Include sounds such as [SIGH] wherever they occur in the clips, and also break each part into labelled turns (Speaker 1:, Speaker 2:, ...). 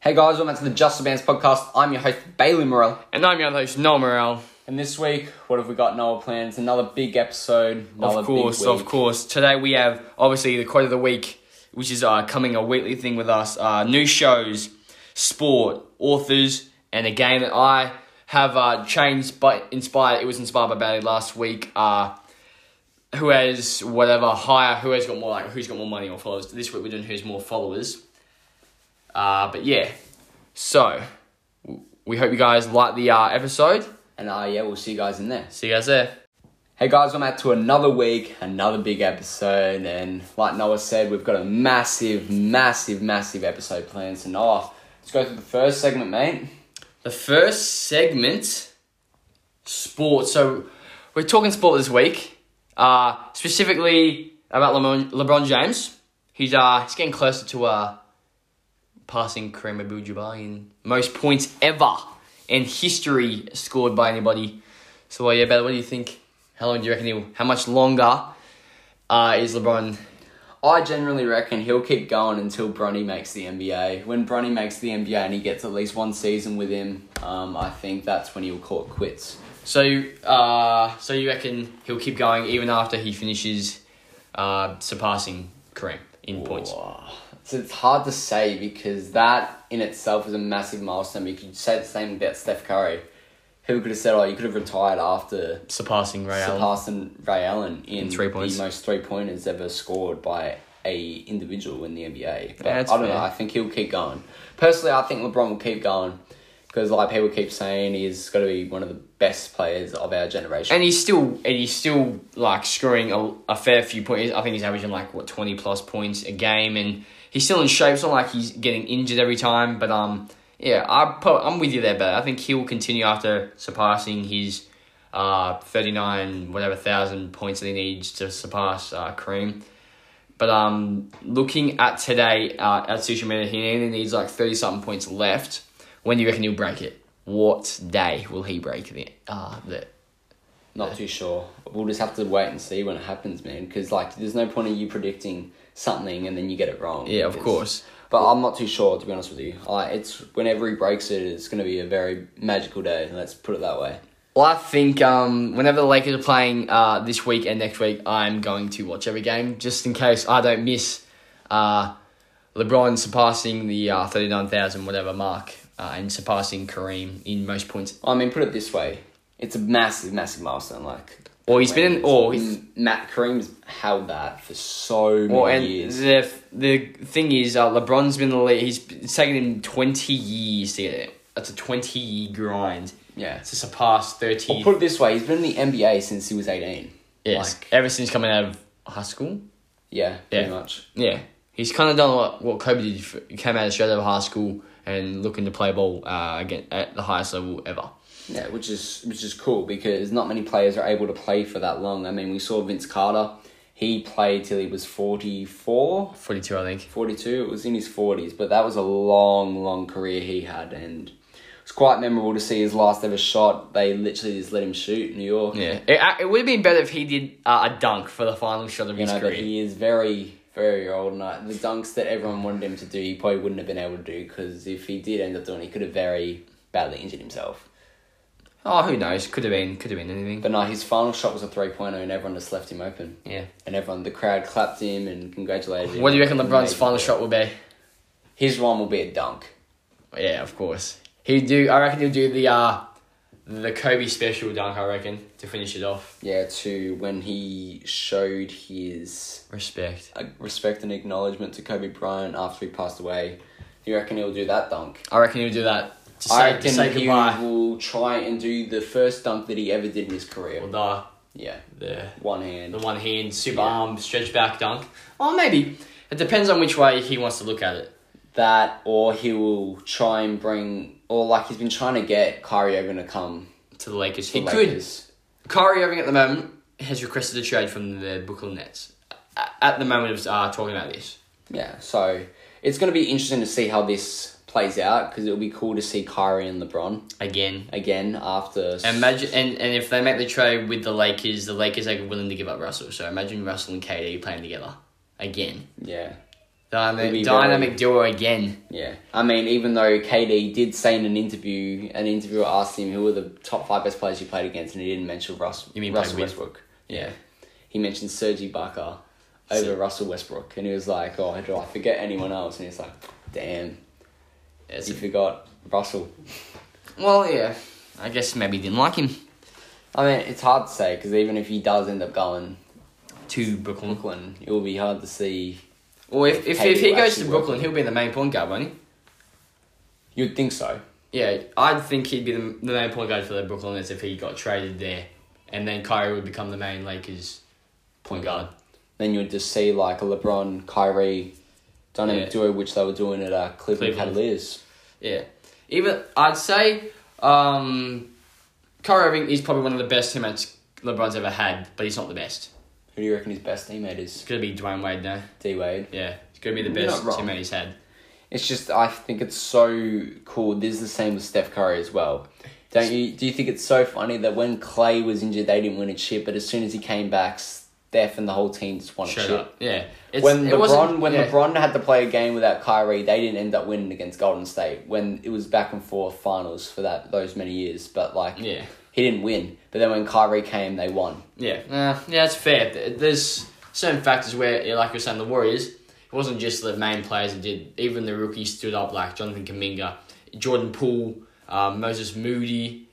Speaker 1: Hey guys, welcome back to the Just the Bands podcast. I'm your host, Bailey Morrell.
Speaker 2: And I'm your other host, Noel Morrell.
Speaker 1: And this week, what have we got, Noah Plans? Another big episode. Another
Speaker 2: Of course,
Speaker 1: big
Speaker 2: of
Speaker 1: week.
Speaker 2: course. Today we have obviously the quote of the week, which is uh, coming a weekly thing with us. Uh, new shows, sport, authors, and a game that I have uh, changed but inspired. It was inspired by Bailey last week. Uh, who has whatever higher? Who has got more like? Who's got more money or followers? This week we're doing who's more followers. Uh, but yeah, so w- we hope you guys like the uh, episode.
Speaker 1: And uh, yeah, we'll see you guys in there.
Speaker 2: See you guys there.
Speaker 1: Hey guys, welcome back to another week, another big episode. And like Noah said, we've got a massive, massive, massive episode planned. So, Noah, let's go through the first segment, mate.
Speaker 2: The first segment, sport. So we're talking sport this week, uh, specifically about LeBron, LeBron James. He's uh, he's getting closer to uh, passing Kareem Abdul-Jabbar in most points ever in history scored by anybody. So uh, yeah, Bella, what do you think? How long do you reckon he'll? How much longer uh, is LeBron?
Speaker 1: I generally reckon he'll keep going until Bronny makes the NBA. When Bronny makes the NBA and he gets at least one season with him, um, I think that's when he'll call it quits.
Speaker 2: So uh, so you reckon he'll keep going even after he finishes uh, surpassing Kareem in points?
Speaker 1: Wow. So it's hard to say because that in itself is a massive milestone. You could say the same about Steph Curry, who could have said, "Oh, you could have retired after
Speaker 2: surpassing Ray Allen.
Speaker 1: surpassing Ray Allen in,
Speaker 2: three points.
Speaker 1: the most three pointers ever scored by a individual in the NBA." But
Speaker 2: that's
Speaker 1: I don't know.
Speaker 2: fair.
Speaker 1: I think he'll keep going. Personally, I think LeBron will keep going because like people keep saying he's got to be one of the best players of our generation.
Speaker 2: and he's still and he's still like scoring a, a fair few points. I think he's averaging like what twenty plus points a game, and he's still in shape. It's not like he's getting injured every time, but um, yeah, I pro- I'm with you there, but I think he'll continue after surpassing his uh thirty nine whatever thousand points that he needs to surpass uh Kareem. But um, looking at today uh, at social media, he only needs like thirty something points left. When do you reckon he'll break it? What day will he break the uh the
Speaker 1: Not too sure. We'll just have to wait and see when it happens, man. Because like, there's no point in you predicting something and then you get it wrong.
Speaker 2: Yeah, of
Speaker 1: It's-
Speaker 2: course.
Speaker 1: But I'm not too sure, to be honest with you. Like, it's whenever he breaks it, it's going to be a very magical day. Let's put it that way.
Speaker 2: Well, I think um, whenever the Lakers are playing uh, this week and next week, I'm going to watch every game just in case I don't miss uh, LeBron surpassing the uh, 39,000 whatever mark uh, and surpassing Kareem in most points.
Speaker 1: I mean, put it this way: it's a massive, massive milestone. Like,
Speaker 2: Or he's been in, or he's,
Speaker 1: M- Matt Kareem's held that for so many
Speaker 2: Well, and
Speaker 1: years.
Speaker 2: the the thing is, uh, LeBron's been in the league. He's it's taken him twenty years to get it. That's a twenty year grind
Speaker 1: yeah.
Speaker 2: to surpass thirty.
Speaker 1: Or Oh, put it this way: he's been in the NBA since he was 18.
Speaker 2: yes,
Speaker 1: Like,
Speaker 2: ever since coming out of high school.
Speaker 1: yeah, pretty
Speaker 2: Yeah.
Speaker 1: much.
Speaker 2: Yeah, he's kind of done what, what Kobe did. f- He came out of straight out of high school and looking to play ball uh, again at the highest level ever.
Speaker 1: Yeah, which is which is cool because not many players are able to play for that long. I mean, we saw Vince Carter; he played till he was 44,
Speaker 2: Forty two, I think.
Speaker 1: 42. It was in his forties, but that was a long, long career he had, and it's quite memorable to see his last ever shot. They literally just let him shoot in New York.
Speaker 2: Yeah, it, uh, it would have been better if he did uh, a dunk for the final shot of
Speaker 1: you
Speaker 2: his
Speaker 1: know, but
Speaker 2: career.
Speaker 1: he is very, very old. And uh, the dunks that everyone wanted him to do, he probably wouldn't have been able to do because if he did end up doing, it, he could have very badly injured himself.
Speaker 2: oh, who knows? Could have been. Could have been anything.
Speaker 1: But no, his final shot was a three pointer, and everyone just left him open.
Speaker 2: Yeah.
Speaker 1: and everyone the crowd clapped him and congratulated him.
Speaker 2: What do you reckon LeBron's
Speaker 1: Amazing.
Speaker 2: final shot will be?
Speaker 1: His one will be a dunk.
Speaker 2: Yeah, of course. He do. I reckon he'll do the uh, the Kobe special dunk. I reckon to finish it off.
Speaker 1: Yeah, to when he showed his
Speaker 2: Respect.
Speaker 1: uh, respect and acknowledgement to Kobe Bryant after he passed away. Do you reckon he'll do that dunk?
Speaker 2: I reckon he'll do that. To say,
Speaker 1: I
Speaker 2: to
Speaker 1: reckon
Speaker 2: say
Speaker 1: he
Speaker 2: goodbye.
Speaker 1: will try and do the first dunk that he ever did in his career.
Speaker 2: Or the
Speaker 1: Yeah,
Speaker 2: the
Speaker 1: one hand.
Speaker 2: the one hand super
Speaker 1: Yeah.
Speaker 2: arm stretch back dunk. Or Oh, maybe it depends on which way he wants to look at it.
Speaker 1: That, or he will try and bring, or like he's been trying to get Kyrie Irving to come.
Speaker 2: To the Lakers,
Speaker 1: to
Speaker 2: he
Speaker 1: Lakers.
Speaker 2: could. Kyrie Irving at the moment has requested a trade from the Brooklyn Nets. A- At the moment of uh, talking about this,
Speaker 1: Yeah, so it's going to be interesting to see how this plays out because it'll be cool to see Kyrie and LeBron
Speaker 2: again.
Speaker 1: again after. s-
Speaker 2: Imagine and, and if they make the trade with the Lakers, the Lakers are willing to give up Russell. So imagine Russell and KD playing together again.
Speaker 1: yeah, It'd be
Speaker 2: Dynamic, dynamic
Speaker 1: very-
Speaker 2: duo again.
Speaker 1: Yeah, I mean, even though KD did say in an interview, an interviewer asked him who were the top five best players you played against, and he didn't mention Russ.
Speaker 2: You mean
Speaker 1: Russell
Speaker 2: played with?
Speaker 1: Westbrook?
Speaker 2: Yeah.
Speaker 1: he mentioned Sergi Barker over
Speaker 2: Ser-
Speaker 1: Russell Westbrook, and he was like, "Oh, do I forget anyone else?" And he's like, "Damn,
Speaker 2: It's-
Speaker 1: he forgot Russell."
Speaker 2: well, yeah. I guess maybe he didn't like him.
Speaker 1: I mean, it's hard to say because even if he does end up going
Speaker 2: To
Speaker 1: to
Speaker 2: Brooklyn.
Speaker 1: Brooklyn, it will be hard to see.
Speaker 2: Or if, if,
Speaker 1: KD
Speaker 2: if he
Speaker 1: will
Speaker 2: goes
Speaker 1: actually
Speaker 2: to
Speaker 1: work.
Speaker 2: Brooklyn, he'll be the main point guard, won't he?
Speaker 1: You'd think so.
Speaker 2: Yeah, I'd think he'd be the, the main point guard for the Brooklyn Nets if he got traded there. And then Kyrie would become the main Lakers point guard.
Speaker 1: Then you'd just see like a LeBron, Kyrie dynamic
Speaker 2: Yeah.
Speaker 1: duo, which they were doing at uh, Cleveland,
Speaker 2: Cleveland.
Speaker 1: Cavaliers.
Speaker 2: Yeah. Even I'd say um, Kyrie Irving is probably one of the best teammates LeBron's ever had, but he's not the best.
Speaker 1: Who do you reckon his best teammate is?
Speaker 2: It's gonna be Dwayne Wade now.
Speaker 1: D Wade.
Speaker 2: Yeah, it's gonna be the
Speaker 1: You're
Speaker 2: best
Speaker 1: not wrong.
Speaker 2: teammate he's had.
Speaker 1: It's just I think it's so cool. This is the same with Steph Curry as well. Don't you? Do you think it's so funny that when Clay was injured, they didn't win a chip, but as soon as he came back, Steph and the whole team just won a
Speaker 2: Shut
Speaker 1: chip.
Speaker 2: up. Yeah. It's,
Speaker 1: When
Speaker 2: it wasn't-
Speaker 1: LeBron, when
Speaker 2: yeah.
Speaker 1: LeBron had to play a game without Kyrie, they didn't end up winning against Golden State. When it was back and forth finals for that those many years, but like
Speaker 2: Yeah.
Speaker 1: he didn't win. But then when Kyrie came, they won.
Speaker 2: Yeah, uh, yeah, it's fair. Th- There's certain factors where, yeah, like you were saying, the Warriors, it wasn't just the main players that did. Even the rookies stood up, like Jonathan Kaminga, Jordan Poole, um, Moses Moody,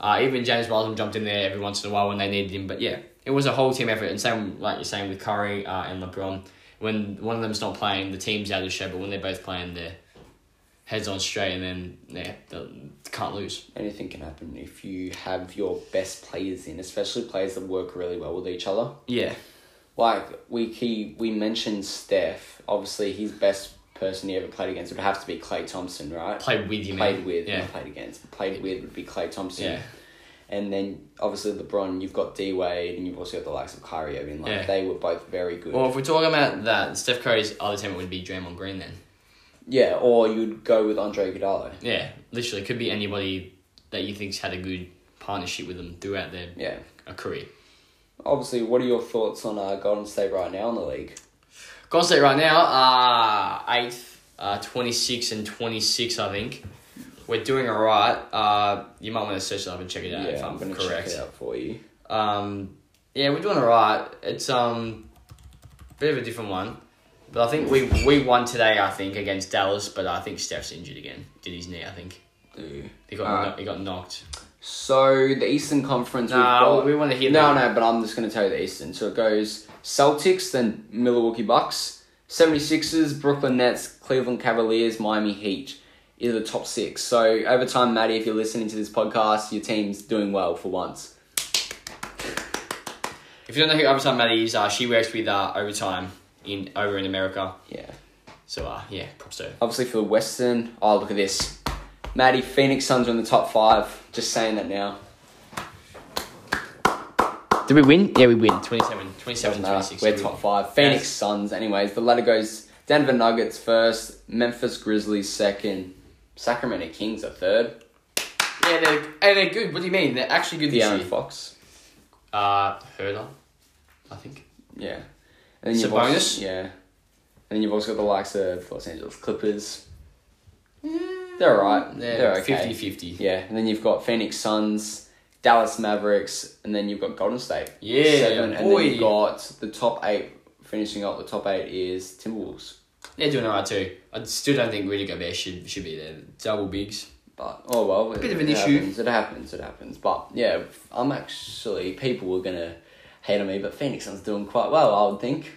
Speaker 2: uh, even James Wiseman jumped in there every once in a while when they needed him. But yeah, it was a whole team effort. And same, like you're saying, with Curry uh, and LeBron, when one of them's not playing, the team's out of shape. But when they're both playing, they're heads on straight, and then yeah, they can't lose.
Speaker 1: Anything can happen if you have your best players in, especially players that work really well with each other.
Speaker 2: Yeah,
Speaker 1: like we he, we mentioned Steph. Obviously, his best person he ever played against would have to be Clay Thompson, right?
Speaker 2: played with you, man.
Speaker 1: played with,
Speaker 2: Yeah,
Speaker 1: not played against. Played with would be Clay Thompson.
Speaker 2: yeah.
Speaker 1: And then obviously LeBron, you've got D Wade, and you've also got the likes of Kyrie Irving. Like
Speaker 2: Yeah.
Speaker 1: they were both very good.
Speaker 2: Well, if we're talking about that, Steph Curry's other teammate would be Draymond Green then.
Speaker 1: yeah, or you'd go with Andre Iguodala.
Speaker 2: Yeah, literally, could be anybody that you think's had a good partnership with them throughout their
Speaker 1: Yeah.
Speaker 2: uh, career.
Speaker 1: Obviously, what are your thoughts on uh, Golden State right now in the league?
Speaker 2: Golden State right now are eighth, uh, 26 and 26, I think. We're doing all right. Uh, you might want to search it up and check it out if I'm,
Speaker 1: I'm gonna
Speaker 2: correct.
Speaker 1: check it out for you.
Speaker 2: Um, yeah, we're doing all right. It's um, bit of a different one, but I think we we won today. I think against Dallas, but I think Steph's injured again. Did his knee? I think he got
Speaker 1: Alright.
Speaker 2: kno- he got knocked.
Speaker 1: So the Eastern Conference. we've
Speaker 2: Nah,
Speaker 1: got-
Speaker 2: we want to hear
Speaker 1: No,
Speaker 2: that.
Speaker 1: no, but I'm just going to tell you the Eastern. So it goes Celtics, then Milwaukee Bucks, 76ers, Brooklyn Nets, Cleveland Cavaliers, Miami Heat is the top six. So over time, Maddie, if you're listening to this podcast, your team's doing well for once.
Speaker 2: If you don't know who Overtime Maddie is, uh, she works with uh, Overtime in over in America.
Speaker 1: Yeah.
Speaker 2: So uh, yeah, props to her.
Speaker 1: Obviously for the Western, oh, look at this. Maddie, Phoenix Suns are in the top five. Just saying that now.
Speaker 2: Did we win? Yeah, we win. 27, 27,
Speaker 1: Nah,
Speaker 2: 26.
Speaker 1: we're top five. Phoenix Suns, anyways. The ladder goes Denver Nuggets first, Memphis Grizzlies second, Sacramento Kings are third.
Speaker 2: Yeah, they're, and they're good. What do you mean? They're actually good this
Speaker 1: De'Aaron
Speaker 2: year.
Speaker 1: Fox.
Speaker 2: Uh, Herder, I think.
Speaker 1: Yeah. And then you've
Speaker 2: Sabonis?
Speaker 1: also, yeah. And then you've also got the likes of Los Angeles Clippers. They're alright. They're,
Speaker 2: They're
Speaker 1: okay.
Speaker 2: 50-50.
Speaker 1: Yeah. And then you've got Phoenix Suns, Dallas Mavericks, and then you've got Golden State.
Speaker 2: Yeah,
Speaker 1: Seven. And
Speaker 2: boy.
Speaker 1: then you've got the top eight finishing up the top eight is Timberwolves.
Speaker 2: They're doing alright too. I still don't think Rudy Gobert should should be there. Double bigs.
Speaker 1: But oh well, a
Speaker 2: Bit of an issue.
Speaker 1: Happens, it happens. It happens. But yeah, I'm actually people were gonna hate on me, but Phoenix Suns doing quite well, I would think.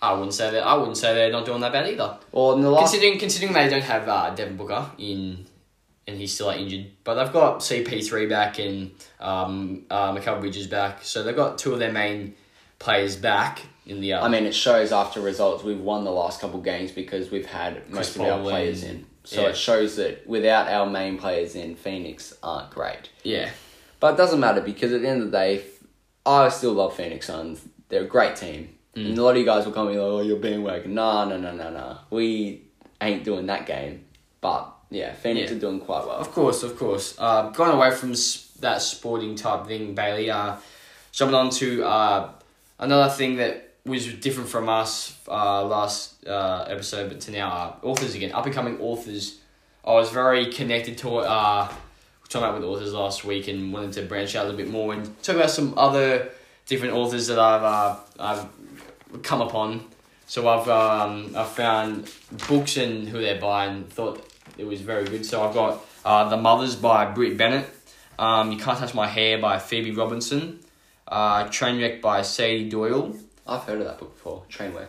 Speaker 2: I wouldn't say that. I wouldn't say they're not doing that bad either.
Speaker 1: Or in the last
Speaker 2: Considering considering they don't have uh, Devin Booker in, and he's still like, injured, but they've got CP three back and um uh, Mikal Bridges back, so they've got two of their main players back in the. Uh,
Speaker 1: I mean, it shows after results we've won the last couple games because we've had most of our
Speaker 2: Paul
Speaker 1: players
Speaker 2: and-
Speaker 1: in. So
Speaker 2: yeah.
Speaker 1: it shows that without our main players in, Phoenix aren't great.
Speaker 2: yeah,
Speaker 1: But it doesn't matter because at the end of the day, I still love Phoenix Suns. They're a great team.
Speaker 2: Mm.
Speaker 1: And a lot of you guys will come and be like, oh, you're bandwagon. Nah, no, no, no, no. We ain't doing that game. But yeah, Phoenix
Speaker 2: Yeah.
Speaker 1: are doing quite well.
Speaker 2: of course, of course. Uh, going away from s- that sporting type thing, Bailey. Uh, jumping on to uh, another thing that was different from us uh, last uh, episode, but to now are authors again, up and coming authors. I was very connected to uh, talking about with authors last week and wanted to branch out a little bit more and talk about some other different authors that I've uh, I've come upon. So I've um, I've found books and who they're by and thought it was very good. So I've got uh, The Mothers by Britt Bennett, um, You Can't Touch My Hair by Phoebe Robinson, uh, Trainwreck by Sadie Doyle.
Speaker 1: I've heard of that book before. Trainwreck.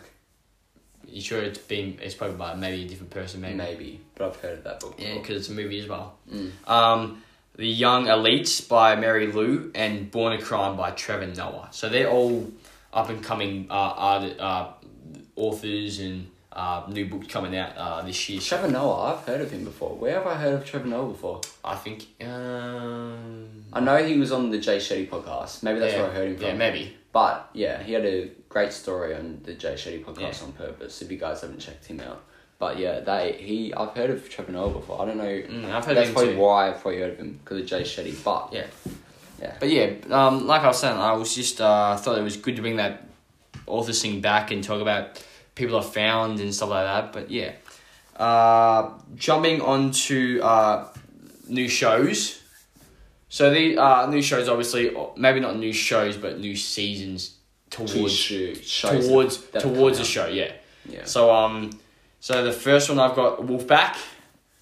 Speaker 2: You sure it's been it's probably by maybe a different person maybe.
Speaker 1: Maybe, but I've heard of that book
Speaker 2: Yeah,
Speaker 1: before.
Speaker 2: because it's a movie as well.
Speaker 1: Mm.
Speaker 2: Um, the Young Elites by Mary Lou and Born a Crime by Trevor Noah. So they're all up and coming uh, art, uh, authors and uh, new books coming out uh, this year. So
Speaker 1: Trevor Noah, I've heard of him before. Where have I heard of Trevor Noah before?
Speaker 2: I think. Um,
Speaker 1: I know he was on the Jay Shetty podcast. Maybe that's
Speaker 2: yeah,
Speaker 1: where I heard him from.
Speaker 2: Yeah, maybe.
Speaker 1: But yeah, he had a great story on the Jay Shetty podcast on purpose. If you guys haven't checked him out, but yeah, they he I've heard of Trevor Noah before. I don't know.
Speaker 2: Mm, I've heard
Speaker 1: That's
Speaker 2: of him
Speaker 1: probably
Speaker 2: too.
Speaker 1: why I've probably heard of him because of Jay Shetty. But
Speaker 2: Yeah.
Speaker 1: Yeah.
Speaker 2: But yeah, um, like I was saying, I was just uh, thought it was good to bring that author thing back and talk about people I've found and stuff like that. But yeah. Uh, jumping onto uh, new shows. So the uh, new shows, obviously, or maybe not new shows, but new seasons
Speaker 1: two
Speaker 2: towards
Speaker 1: sho- shows
Speaker 2: towards
Speaker 1: that- that have
Speaker 2: towards
Speaker 1: come out.
Speaker 2: the show. Yeah.
Speaker 1: Yeah,
Speaker 2: So um, so the first one I've got Wolfpack.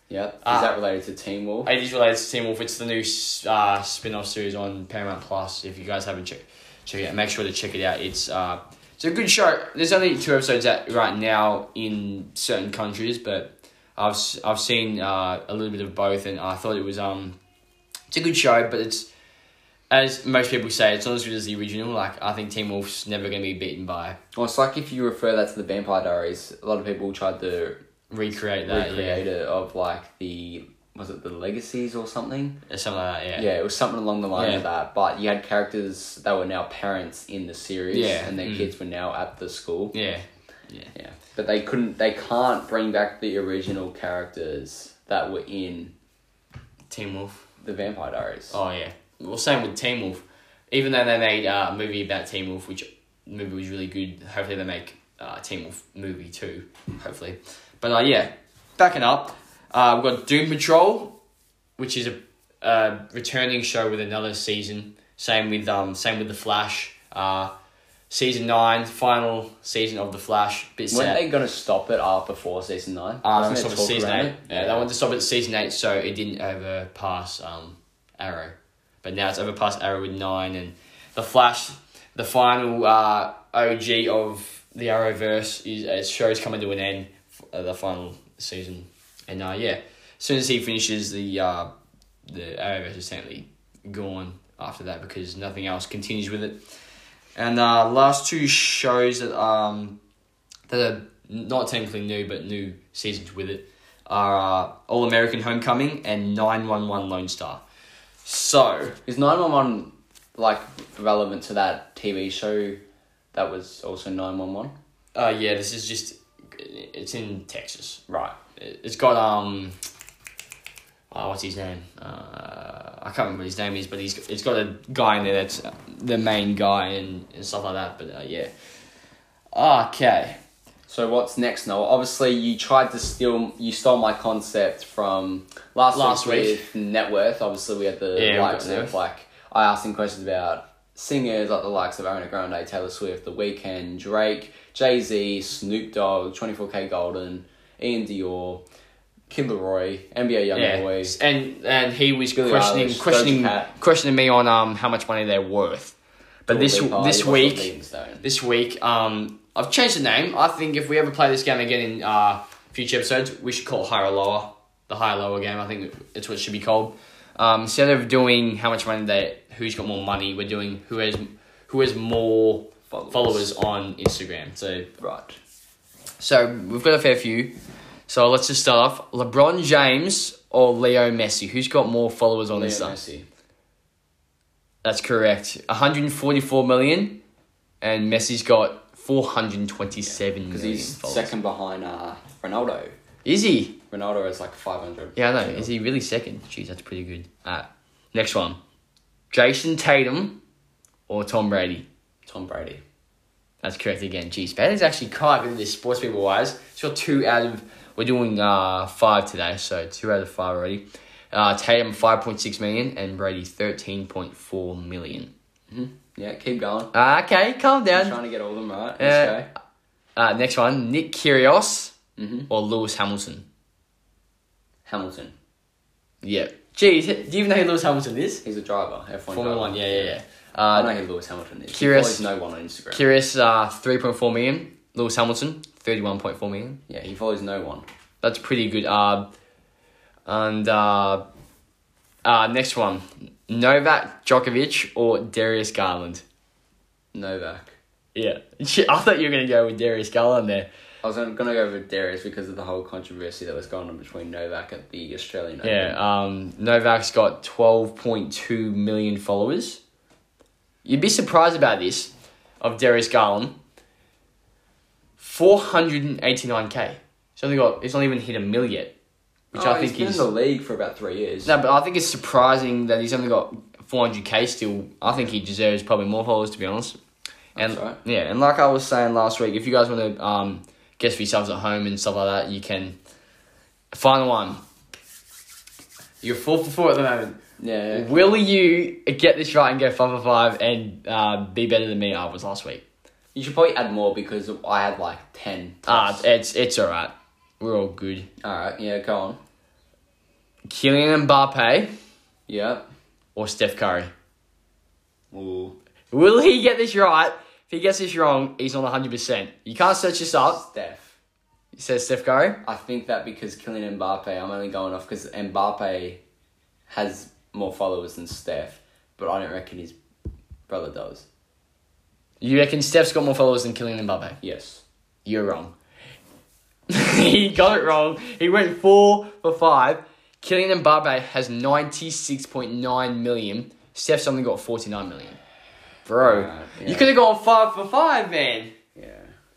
Speaker 1: yeah. Is
Speaker 2: Ah.
Speaker 1: that related to Team Wolf?
Speaker 2: It is related to Team Wolf. It's the new uh, spin off series on Paramount Plus. If you guys haven't checked check it out, make sure to check it out. It's uh, it's a good show. There's only two episodes out right now in certain countries, but I've s- I've seen uh, a little bit of both, and I thought it was um, it's a good show, but it's as most people say, it's not as good as the original. Like I think Team Wolf's never gonna be beaten by
Speaker 1: Well, it's like if you refer that to the Vampire Diaries. A lot of people tried to
Speaker 2: recreate that,
Speaker 1: recreate it of like the was it the legacies or something?
Speaker 2: yeah, something like that. Yeah,
Speaker 1: Yeah, it was something along the lines
Speaker 2: Yeah.
Speaker 1: of that. But you had characters that were now parents in the series,
Speaker 2: Yeah,
Speaker 1: and their
Speaker 2: mm.
Speaker 1: kids were now at the school.
Speaker 2: yeah.
Speaker 1: Yeah, but they couldn't. They can't bring back the original characters that were in
Speaker 2: Team Wolf.
Speaker 1: the Vampire Diaries.
Speaker 2: Oh yeah. Well, same with Teen Wolf. Even though they made uh, a movie about Teen Wolf, which movie was really good. Hopefully they make uh, Teen Wolf movie too. Hopefully, but uh, yeah, backing up, uh, we've got Doom Patrol, which is a uh, returning show with another season. Same with um, same with the Flash. Uh, season nine, final season of the Flash. Bit sad.
Speaker 1: Weren't they gonna stop it after four season nine?
Speaker 2: Uh,
Speaker 1: Wasn't
Speaker 2: they
Speaker 1: there
Speaker 2: stopped at
Speaker 1: talk
Speaker 2: season
Speaker 1: around
Speaker 2: eight.
Speaker 1: it?
Speaker 2: Yeah, they wanted to stop at season eight, so it didn't overpass um, Arrow, but now it's overpassed Arrow with nine and the Flash, the final uh, OG of the Arrowverse is uh, show's coming to an end, uh, the final season, and uh, yeah, as soon as he finishes the uh, the Arrowverse is certainly gone after that because nothing else continues with it, and uh, last two shows that um that are not technically new but new seasons with it are uh, All American Homecoming and 911 Lone Star. So,
Speaker 1: Is nine one one like relevant to that TV show that was also nine one one?
Speaker 2: uh, yeah, this is just it's in Texas.
Speaker 1: Right.
Speaker 2: It- It's got um oh, what's his name? Uh, I can't remember what his name is, but he's it's got a guy in there that's uh, the main guy and, and stuff like that, but uh, yeah. Okay.
Speaker 1: So what's next, Noah? Obviously, you tried to steal, you stole my concept from last,
Speaker 2: Last
Speaker 1: week,
Speaker 2: week.
Speaker 1: with net worth. Obviously, we had the
Speaker 2: Yeah, we
Speaker 1: likes
Speaker 2: got net
Speaker 1: of
Speaker 2: worth.
Speaker 1: like I asked him questions about singers like the likes of Ariana Grande, Taylor Swift, The Weeknd, Drake, Jay Z, Snoop Dogg, Twenty Four K Golden, Ian Dior, Kid Leroy, NBA Young
Speaker 2: Yeah,
Speaker 1: Boy.
Speaker 2: and and he was
Speaker 1: Billie
Speaker 2: questioning
Speaker 1: Eilish, Doja
Speaker 2: questioning
Speaker 1: Cat.
Speaker 2: questioning me on um how much money they're worth. But
Speaker 1: Dua
Speaker 2: this
Speaker 1: Lipa,
Speaker 2: this
Speaker 1: Russell
Speaker 2: week
Speaker 1: Livingstone.
Speaker 2: this week um I've changed the name. I think if we ever play this game again in uh future episodes, we should call it higher or lower. The higher lower game. I think it's what it should be called. Um, instead of doing how much money they who's got more money, we're doing who has who has more
Speaker 1: Followers.
Speaker 2: followers on Instagram. So
Speaker 1: right.
Speaker 2: so we've got a fair few. So let's just start off. LeBron James or Leo Messi? Who's got more followers on
Speaker 1: Leo
Speaker 2: Insta?
Speaker 1: Messi.
Speaker 2: That's correct. 144 million, and Messi's got 427
Speaker 1: Because
Speaker 2: million
Speaker 1: he's
Speaker 2: followers.
Speaker 1: second behind uh, Ronaldo.
Speaker 2: Is he?
Speaker 1: Ronaldo is like five hundred.
Speaker 2: Yeah, I know. Is he really second? Jeez, that's pretty good. Alright. next one. Jason Tatum or Tom Brady?
Speaker 1: Tom Brady.
Speaker 2: That's correct again. Geez, Bailey's actually quite good at this sports people wise. So two out of we're doing uh five today, so two out of five already. Uh, Tatum five point six million and Brady thirteen point four million.
Speaker 1: Yeah, keep going.
Speaker 2: Uh, okay, calm
Speaker 1: I'm
Speaker 2: down.
Speaker 1: trying to get all of them right. Let's
Speaker 2: Uh,
Speaker 1: go.
Speaker 2: uh, next one, Nick Kyrgios
Speaker 1: Mm-hmm.
Speaker 2: or Lewis Hamilton.
Speaker 1: Hamilton.
Speaker 2: Yeah. Geez, do you even know who Lewis Hamilton is?
Speaker 1: He's a driver. F1
Speaker 2: Formula
Speaker 1: driver.
Speaker 2: One. Yeah, yeah, yeah.
Speaker 1: I
Speaker 2: Uh,
Speaker 1: know who Lewis Hamilton is.
Speaker 2: Curious-
Speaker 1: He follows no one on Instagram.
Speaker 2: Curious, uh, 3.4 million. Lewis Hamilton, 31.4 million.
Speaker 1: yeah, he follows no one.
Speaker 2: That's pretty good. Uh, and uh, uh, next one Novak Djokovic or Darius Garland?
Speaker 1: Novak.
Speaker 2: Yeah. Shit, [LAUGHS] I thought you were going to go with Darius Garland there.
Speaker 1: I was gonna gonna go with Darius because of the whole controversy that was going on between Novak at the Australian Open.
Speaker 2: Yeah. Um, Novak's got 12.2 million followers. You'd be surprised about this of Darius Garland. 489k. It's only got, it's not even hit a mil yet. Which
Speaker 1: Oh,
Speaker 2: I think
Speaker 1: he's been
Speaker 2: is.
Speaker 1: in the league for about three years.
Speaker 2: No, but I think it's surprising that he's only got 400k still. I think he deserves probably more followers, to be honest. And
Speaker 1: That's right.
Speaker 2: yeah, and like I was saying last week, if you guys want to um, guess for yourselves at home and stuff like that, you can. Final one. You're four for four at the moment.
Speaker 1: Yeah, yeah.
Speaker 2: Will you get this right and go five for five and uh, be better than me? I was last week.
Speaker 1: You should probably add more because I had like ten.
Speaker 2: Ah, it's it's all right. We're all good.
Speaker 1: All right. Yeah. Go on.
Speaker 2: Kylian Mbappe
Speaker 1: Yeah.
Speaker 2: or Steph Curry?
Speaker 1: Ooh.
Speaker 2: Will he get this right? If he gets this wrong, he's on 100%. You can't search this up.
Speaker 1: Steph.
Speaker 2: It says Steph Curry.
Speaker 1: I think that because Kylian Mbappe, I'm only going off because Mbappe has more followers than Steph, but I don't reckon his brother does.
Speaker 2: You reckon Steph's got more followers than Kylian Mbappe?
Speaker 1: Yes.
Speaker 2: You're wrong. [LAUGHS] he got it wrong. He went four for five. Kylian Mbappe has 96.9 million. Steph's only got 49 million. Bro,
Speaker 1: Wow,
Speaker 2: you
Speaker 1: yeah.
Speaker 2: could have gone five for five, man.
Speaker 1: Yeah.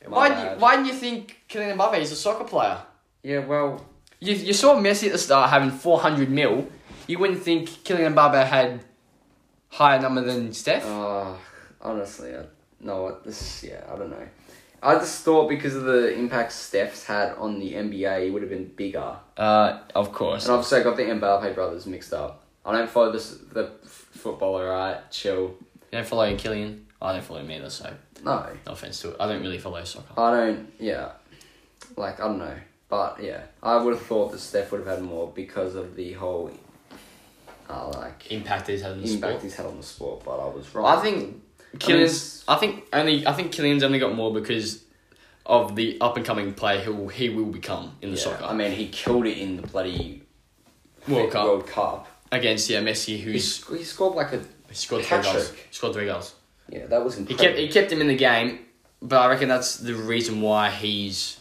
Speaker 2: Why, do you, why didn't you think Kylian Mbappe is a soccer player?
Speaker 1: Yeah. Well.
Speaker 2: You, you saw Messi at the start having 400 mil. You wouldn't think Kylian Mbappe had higher number than Steph.
Speaker 1: Uh, honestly, I no. what- This. Yeah. I don't know. I just thought because of the impact Steph's had on the NBA, it would have been bigger.
Speaker 2: Uh, of course.
Speaker 1: And I've also got the Mbappe brothers mixed up. I don't follow this the f- football. Alright, chill.
Speaker 2: You don't follow Kylian? I don't follow him either, so
Speaker 1: No.
Speaker 2: no offense to it. I don't really follow soccer.
Speaker 1: I don't, yeah. Like, I don't know. But, yeah. I would have thought that Steph would have had more because of the whole, uh, like,
Speaker 2: Impact is having the
Speaker 1: impact
Speaker 2: sport.
Speaker 1: he's had on the sport, but I was wrong.
Speaker 2: I think Kylian's. I think only. I think Kylian's only got more because of the up and coming player who he will become in the
Speaker 1: yeah,
Speaker 2: soccer
Speaker 1: I mean, he killed it in the bloody
Speaker 2: World Cup
Speaker 1: World Cup.
Speaker 2: against yeah Messi,
Speaker 1: He,
Speaker 2: who's
Speaker 1: sc- he scored like a.
Speaker 2: scored three
Speaker 1: hat-trick.
Speaker 2: goals. Scored three goals.
Speaker 1: Yeah, that was
Speaker 2: He
Speaker 1: incredible.
Speaker 2: kept he kept him in the game, but I reckon that's the reason why he's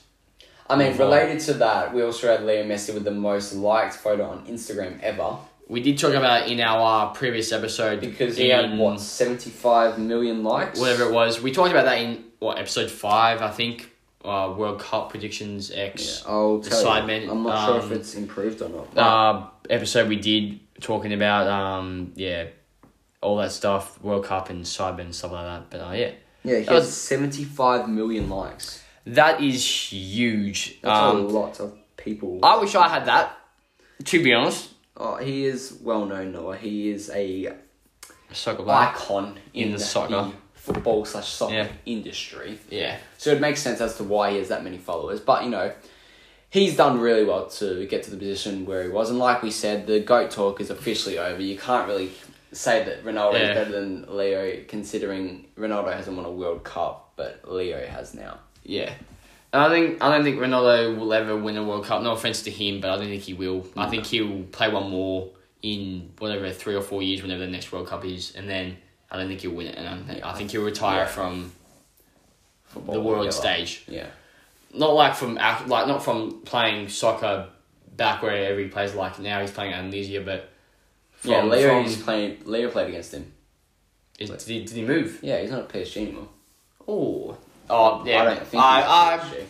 Speaker 1: I mean,
Speaker 2: Wow.
Speaker 1: related to that, we also had Leo Messi with the most liked photo on Instagram ever.
Speaker 2: We did talk about it in our previous episode
Speaker 1: Because he had,
Speaker 2: in-
Speaker 1: what, 75 million likes?
Speaker 2: whatever it was. We talked about that in what episode five, I think. Uh, World Cup predictions X.
Speaker 1: I'll
Speaker 2: The
Speaker 1: tell
Speaker 2: sidemen,
Speaker 1: you. I'm not sure if
Speaker 2: um,
Speaker 1: it's improved or not.
Speaker 2: Uh, episode we did talking about um yeah, all that stuff, World Cup and cyber and stuff like that. But uh, yeah,
Speaker 1: Yeah, he
Speaker 2: That
Speaker 1: has
Speaker 2: was-
Speaker 1: 75 million likes.
Speaker 2: that is huge.
Speaker 1: That's a
Speaker 2: Um,
Speaker 1: lot of people.
Speaker 2: I wish I had that. To be honest,
Speaker 1: oh, he is well known, Noah. He is a
Speaker 2: soccer player.
Speaker 1: icon in,
Speaker 2: In the soccer.
Speaker 1: football slash soccer
Speaker 2: Yeah.
Speaker 1: industry.
Speaker 2: Yeah,
Speaker 1: So it makes sense as to why he has that many followers. But, you know, he's done really well to get to the position where he was. And like we said, the GOAT talk is officially over. You can't really say that Ronaldo
Speaker 2: Yeah.
Speaker 1: is better than Leo, considering Ronaldo hasn't won a World Cup, but Leo has now.
Speaker 2: yeah. And I think I don't think Ronaldo will ever win a World Cup. No offense to him, but I don't think he will. I think he'll play one more in whatever three or four years, whenever the next World Cup is, and then I don't think he'll win it. And I, don't think, I think he'll retire
Speaker 1: Yeah.
Speaker 2: from
Speaker 1: Football
Speaker 2: the world
Speaker 1: altogether.
Speaker 2: stage.
Speaker 1: Yeah.
Speaker 2: Not like from act- like not from playing soccer back wherever he plays. Like now he's playing Amnesia, but from,
Speaker 1: yeah, Leo
Speaker 2: from-
Speaker 1: is playing. Leo played against him.
Speaker 2: is, did, he, did he move?
Speaker 1: Yeah, he's not at PSG anymore.
Speaker 2: Oh, oh yeah.
Speaker 1: I don't think.
Speaker 2: I,
Speaker 1: he's at
Speaker 2: I,
Speaker 1: PSG.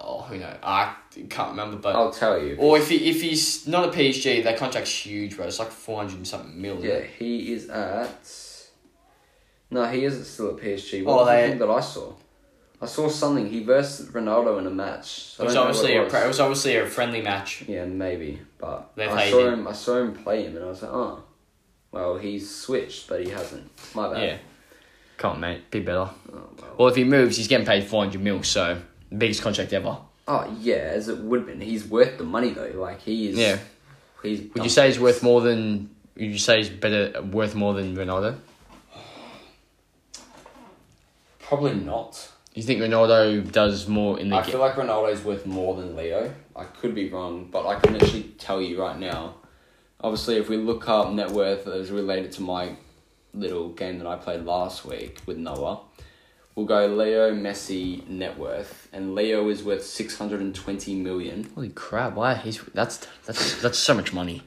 Speaker 2: oh, who knows? I can't remember, but.
Speaker 1: I'll tell you.
Speaker 2: Or if he, if he's not a PSG, that contract's huge, bro. It's like four hundred and something
Speaker 1: yeah,
Speaker 2: million.
Speaker 1: he is at. No, he is still at PSG.
Speaker 2: Oh,
Speaker 1: What was
Speaker 2: they-
Speaker 1: the thing that I saw? I saw something. He versed Ronaldo in a match. I
Speaker 2: It
Speaker 1: don't
Speaker 2: was
Speaker 1: know what
Speaker 2: obviously
Speaker 1: it
Speaker 2: a
Speaker 1: was.
Speaker 2: pre- it was obviously a friendly match.
Speaker 1: Yeah, maybe, but
Speaker 2: They
Speaker 1: I
Speaker 2: played
Speaker 1: saw
Speaker 2: him.
Speaker 1: him. I saw him play him, and I was like, oh, well, he's switched, but he hasn't. My bad.
Speaker 2: Yeah, come on, mate, be better.
Speaker 1: Uh. Oh, well.
Speaker 2: Well, if he moves, he's getting paid four hundred mil, so the biggest contract ever.
Speaker 1: oh yeah, as it would have been. He's worth the money though. Like he is.
Speaker 2: Yeah.
Speaker 1: He's.
Speaker 2: Would you say he's worth more than? Would you say he's better worth more than Ronaldo?
Speaker 1: probably not?
Speaker 2: You think Ronaldo does more in the
Speaker 1: I
Speaker 2: game?
Speaker 1: feel like Ronaldo's worth more than Leo. I could be wrong, but I can actually tell you right now. Obviously, if we look up net worth as related to my little game that I played last week with Noah, we'll go Leo Messi net worth, and Leo is worth six hundred and twenty million.
Speaker 2: Holy crap! Why he's that's that's that's so
Speaker 1: [LAUGHS]
Speaker 2: much money.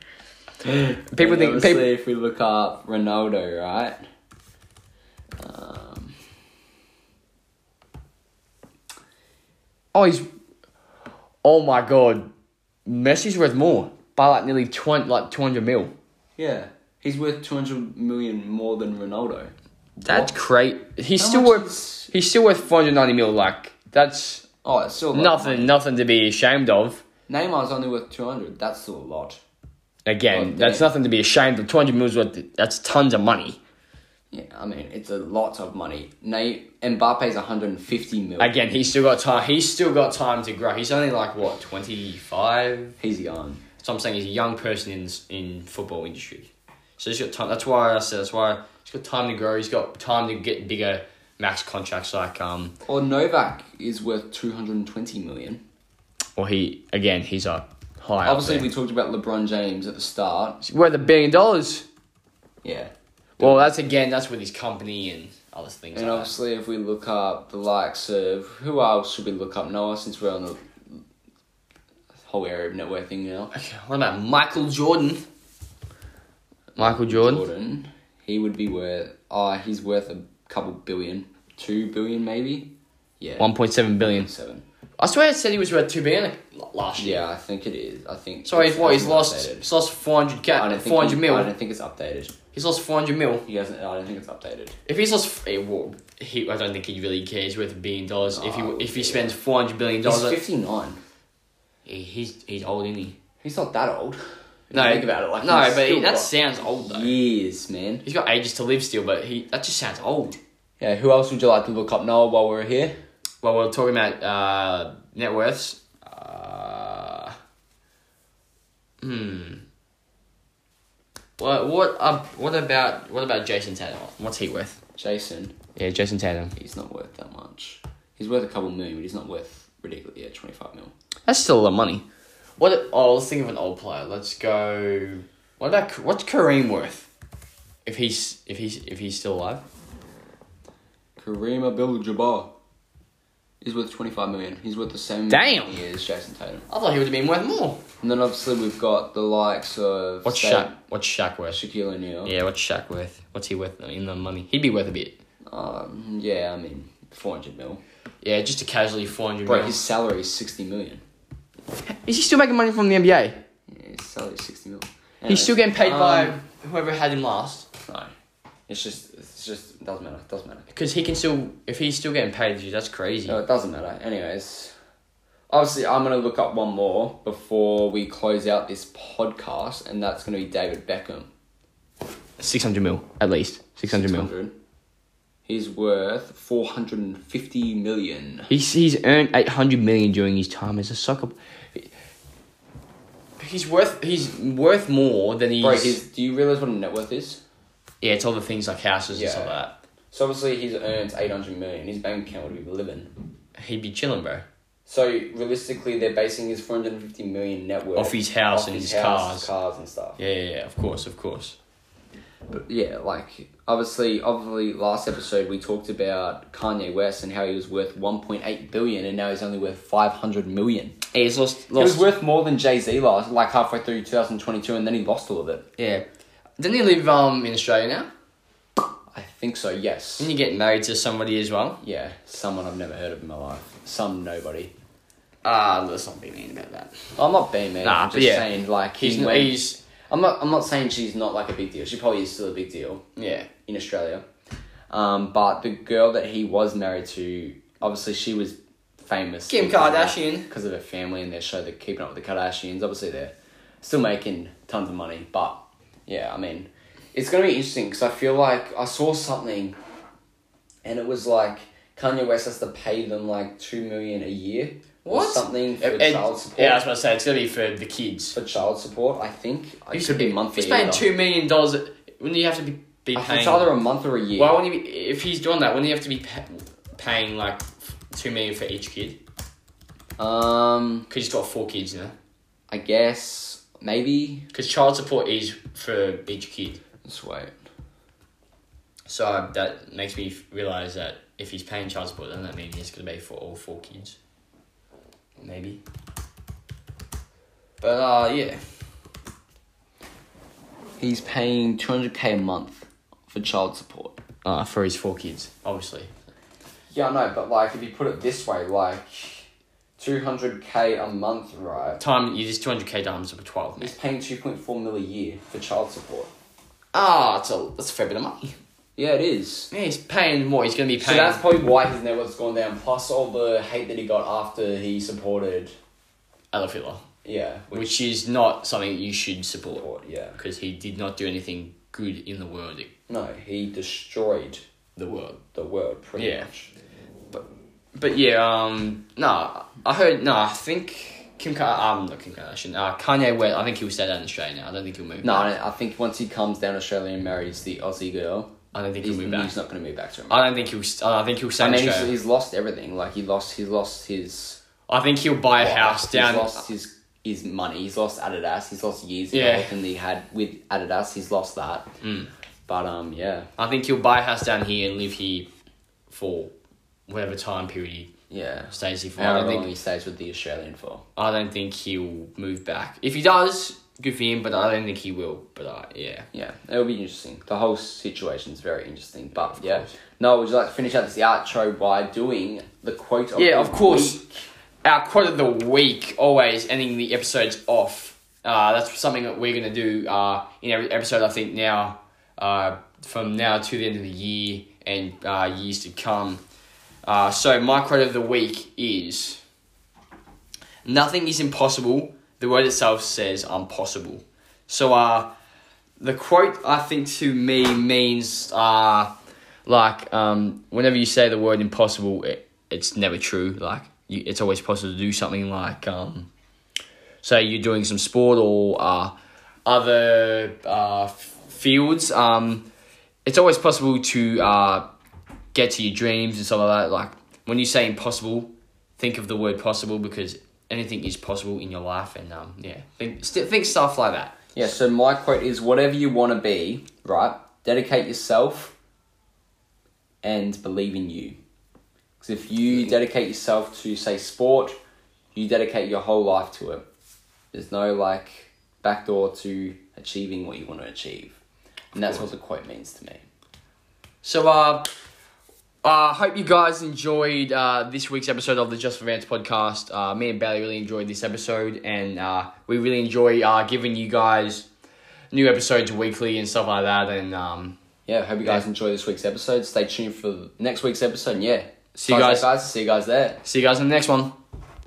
Speaker 2: people
Speaker 1: And
Speaker 2: think
Speaker 1: obviously,
Speaker 2: people.
Speaker 1: if we look up Ronaldo, right? Um,
Speaker 2: Oh, he's. Oh my god, Messi's worth more by like nearly twenty, like two hundred mil.
Speaker 1: yeah, he's worth two hundred million more than Ronaldo.
Speaker 2: That's great. He's
Speaker 1: How
Speaker 2: still
Speaker 1: much
Speaker 2: worth.
Speaker 1: is-
Speaker 2: He's still worth four hundred ninety mil. Like that's
Speaker 1: Oh, it's still a lot.
Speaker 2: nothing. Nothing to be ashamed of.
Speaker 1: Neymar's only worth two hundred. That's still a lot.
Speaker 2: Again,
Speaker 1: Oh,
Speaker 2: that's
Speaker 1: damn.
Speaker 2: nothing to be ashamed of. Two hundred mil's worth. That's tons of money.
Speaker 1: Yeah, I mean it's a lot of money. Nay, Mbappe's 150 mil.
Speaker 2: Again, he's still got time. He's still got time to grow. He's only like what twenty five.
Speaker 1: He's young.
Speaker 2: So I'm saying he's a young person in in football industry. So he's got time. That's why I said that's why he's got time to grow. He's got time to get bigger max contracts like um.
Speaker 1: Or Novak is worth 220 million.
Speaker 2: Well, he again he's up high.
Speaker 1: Obviously,
Speaker 2: up
Speaker 1: we talked about LeBron James at the start.
Speaker 2: there. worth a billion dollars.
Speaker 1: Yeah,
Speaker 2: Well, that's again that's with his company and other things.
Speaker 1: and
Speaker 2: like that.
Speaker 1: obviously, if we look up the likes of who else should we look up? Noah, since we're on the whole area of net worth thing now.
Speaker 2: Okay, what about Michael Jordan? Michael Jordan.
Speaker 1: Jordan, he would be worth. Ah, he's worth a couple billion, two billion maybe. Yeah,
Speaker 2: One point seven billion.
Speaker 1: seven.
Speaker 2: I swear it said he was worth two billion l- last year.
Speaker 1: Yeah, I think it is. I think.
Speaker 2: So he's what? He's
Speaker 1: updated.
Speaker 2: lost. He's lost four hundred
Speaker 1: I
Speaker 2: cap.
Speaker 1: don't think
Speaker 2: Four hundred
Speaker 1: he- I
Speaker 2: mil.
Speaker 1: don't think it's updated.
Speaker 2: He's lost four hundred mil.
Speaker 1: He hasn't. I don't think it's updated.
Speaker 2: If he's lost, eh, well, he, I don't think he really cares worth a billion dollars. if
Speaker 1: Oh,
Speaker 2: he if he
Speaker 1: yeah.
Speaker 2: spends four hundred billion
Speaker 1: He's
Speaker 2: dollars,
Speaker 1: fifty nine.
Speaker 2: he's he's old, isn't he?
Speaker 1: He's not that old. If you
Speaker 2: No,
Speaker 1: think about it. Like
Speaker 2: no,
Speaker 1: he's
Speaker 2: but he,
Speaker 1: still
Speaker 2: that
Speaker 1: got
Speaker 2: sounds old though.
Speaker 1: years, man.
Speaker 2: He's got ages to live still, but he that just sounds old.
Speaker 1: Yeah. Who else would you like to look up, Noah, while we're here?
Speaker 2: Well, we're talking about uh, net worths. Uh, hmm. What what uh, what about what about Jason Tatum? What's he worth?
Speaker 1: Jason.
Speaker 2: Yeah, Jason Tatum.
Speaker 1: He's not worth that much. He's worth a couple million, but he's not worth ridiculous. Yeah, twenty five mil.
Speaker 2: That's still a lot of money. What? Oh, let's think of an old player. Let's go. What about K- what's Kareem worth? If he's if he's if he's still alive,
Speaker 1: Kareem Abdul-Jabbar is worth twenty five million. He's worth the same.
Speaker 2: Damn.
Speaker 1: He is Jason Tatum.
Speaker 2: I thought he would have been worth more.
Speaker 1: And then obviously we've got the likes of
Speaker 2: What's
Speaker 1: say,
Speaker 2: Shaq? What's Shaq worth?
Speaker 1: Shaquille O'Neal.
Speaker 2: Yeah, what's Shaq worth? What's he worth in the money? He'd be worth a bit.
Speaker 1: Um, yeah, I mean four hundred mil.
Speaker 2: Yeah, just a casually four hundred.
Speaker 1: Bro, his salary is sixty million.
Speaker 2: Is he still making money from the NBA?
Speaker 1: Yeah, his salary is sixty mil.
Speaker 2: He's still getting paid
Speaker 1: Um,
Speaker 2: by whoever had him last.
Speaker 1: No, it's just it's just it doesn't matter. It doesn't matter.
Speaker 2: Because he can still, if he's still getting paid, dude, that's crazy.
Speaker 1: No, it doesn't matter. Anyways, obviously I'm gonna look up one more before we close out this podcast, and that's gonna be David Beckham.
Speaker 2: Six hundred mil at least. Six hundred mil.
Speaker 1: 600. He's worth four hundred and fifty million.
Speaker 2: He's he's earned eight hundred million during his time as a soccer. He's worth he's worth more than he's.
Speaker 1: Bro, his, do you realize what a net worth is?
Speaker 2: yeah, it's all the things like houses and stuff
Speaker 1: Yeah.
Speaker 2: like
Speaker 1: So obviously he's earned eight hundred million. His bank account would be living.
Speaker 2: that. He'd be chilling, bro.
Speaker 1: So realistically, they're basing his four hundred and fifty million net worth
Speaker 2: Off his house and his cars.
Speaker 1: cars and stuff.
Speaker 2: Yeah, yeah, yeah, of course, of course.
Speaker 1: But yeah, like obviously, obviously, last episode we talked about Kanye West and how he was worth one point eight billion, and now he's only worth five hundred million.
Speaker 2: Yeah, he's lost
Speaker 1: He was
Speaker 2: lost.
Speaker 1: worth more than Jay Z last, like halfway through two thousand twenty two, and then he lost all of it.
Speaker 2: yeah, didn't he live um in Australia now?
Speaker 1: I think so. Yes.
Speaker 2: Didn't he get married to somebody as well?
Speaker 1: Yeah, someone I've never heard of in my life. Some nobody.
Speaker 2: Ah, let's not be mean about that.
Speaker 1: I'm not being mean.
Speaker 2: Nah,
Speaker 1: I'm
Speaker 2: but
Speaker 1: just
Speaker 2: yeah.
Speaker 1: saying like he
Speaker 2: He's,
Speaker 1: went-
Speaker 2: he's
Speaker 1: I'm not. I'm not saying she's not like a big deal. She probably is still a big deal
Speaker 2: yeah.
Speaker 1: in Australia. Um, but the girl that he was married to obviously she was famous
Speaker 2: Kim Kardashian.
Speaker 1: because of her family and their show, the Keeping Up with the Kardashians. Obviously, they're still making tons of money, but yeah, I mean, it's gonna be interesting because I feel like I saw something, and it was like Kanye West has to pay them like two million a year or
Speaker 2: What?
Speaker 1: something for
Speaker 2: It-
Speaker 1: child support.
Speaker 2: yeah, I was about to say it's gonna be for the kids.
Speaker 1: for child support, I think it should be monthly.
Speaker 2: He's paying two million dollars. Wouldn't you have to be, be paying?
Speaker 1: It's either a month or a year.
Speaker 2: Why wouldn't he be, if he's doing that? Wouldn't he have to be pa paying like f- two million for each kid?
Speaker 1: um,
Speaker 2: Because he's got four kids now.
Speaker 1: I guess maybe.
Speaker 2: Because child support is for each kid.
Speaker 1: Let's wait.
Speaker 2: So that makes me realize that if he's paying child support, then that means it's gonna be for all four kids. Maybe. But uh, yeah.
Speaker 1: He's paying two hundred k a month for child support.
Speaker 2: Uh, for his four kids, obviously.
Speaker 1: Yeah, I know, but like if you put it this way, like two hundred k a month, right?
Speaker 2: Time you just two hundred k times of twelve.
Speaker 1: He's paying two point four mil a year for child support.
Speaker 2: Ah, that's a that's a fair bit of money.
Speaker 1: Yeah, it is.
Speaker 2: [LAUGHS] Yeah, he's paying more. He's gonna be
Speaker 1: So
Speaker 2: paying.
Speaker 1: that's probably why his net worth's gone down. Plus all the hate that he got after he supported.
Speaker 2: Adolf Hitler,
Speaker 1: Yeah,
Speaker 2: which, is not something you should support
Speaker 1: support. Yeah.
Speaker 2: because he did not do anything good in the world.
Speaker 1: No, he destroyed
Speaker 2: The world.
Speaker 1: the world pretty
Speaker 2: Yeah.
Speaker 1: much.
Speaker 2: But yeah, um, no, I heard no. I think Kim Kar, um, not Kim Kardashian. Uh, Kanye West. I think he'll stay down in Australia now. I don't think he'll move.
Speaker 1: No,
Speaker 2: back.
Speaker 1: I don't- I think once he comes down to Australia and marries the Aussie girl,
Speaker 2: I don't think
Speaker 1: he's,
Speaker 2: he'll move back.
Speaker 1: he's not going to move back to America.
Speaker 2: I don't think he'll. St- I think he'll stay
Speaker 1: I
Speaker 2: in
Speaker 1: mean, he's,
Speaker 2: Australia.
Speaker 1: he's lost everything. Like he lost, he's lost his
Speaker 2: I think he'll buy a house down.
Speaker 1: He's lost his his money. He's lost Adidas. He's lost years of
Speaker 2: Yeah. Hmm.
Speaker 1: health that he had with Adidas. He's lost that. But um, yeah,
Speaker 2: I think he'll buy a house down here and live here for whatever time period he
Speaker 1: yeah.
Speaker 2: stays here for. I
Speaker 1: How
Speaker 2: don't
Speaker 1: long
Speaker 2: think.
Speaker 1: he stays with the Australian for?
Speaker 2: I don't think he'll move back. If he does, good for him. But I don't think he will. But uh, yeah.
Speaker 1: Yeah, it'll be interesting. The whole situation is very interesting. But yeah, no. Would you like to finish out this outro by doing the quote? Of
Speaker 2: Yeah,
Speaker 1: the
Speaker 2: of course.
Speaker 1: week?
Speaker 2: Our quote of the week, always ending the episodes off. Uh, that's something that we're gonna do uh, in every episode. I think now, uh, from now to the end of the year and uh, years to come. Uh, so my quote of the week is: Nothing is impossible. The word itself says I'm possible. So uh, the quote I think to me means uh, like um, whenever you say the word impossible, it, it's never true. Like you, it's always possible to do something like um, say you're doing some sport or uh, other uh, f- fields. Um, it's always possible to uh, get to your dreams and stuff like that. Like when you say impossible, think of the word possible because anything is possible in your life. And um, yeah, think st- think stuff like that.
Speaker 1: Yeah, so my quote is whatever you want to be, right? Dedicate yourself and believe in you. Because if
Speaker 2: Mm.
Speaker 1: you dedicate yourself to, say, sport, you dedicate your whole life to it. There's no, like, backdoor to achieving what you want to achieve. And that's what the quote means to me.
Speaker 2: So, uh, I hope you guys enjoyed uh, this week's episode of the Just for Vance podcast. Uh, me and Bailey really enjoyed this episode, and uh, we really enjoy uh, giving you guys new episodes weekly and stuff like that. And um,
Speaker 1: Yeah, hope you guys enjoy this week's episode. Stay tuned for next week's episode. And yeah,
Speaker 2: See you
Speaker 1: Bye,
Speaker 2: guys.
Speaker 1: guys. See you guys there.
Speaker 2: see you guys in the next one.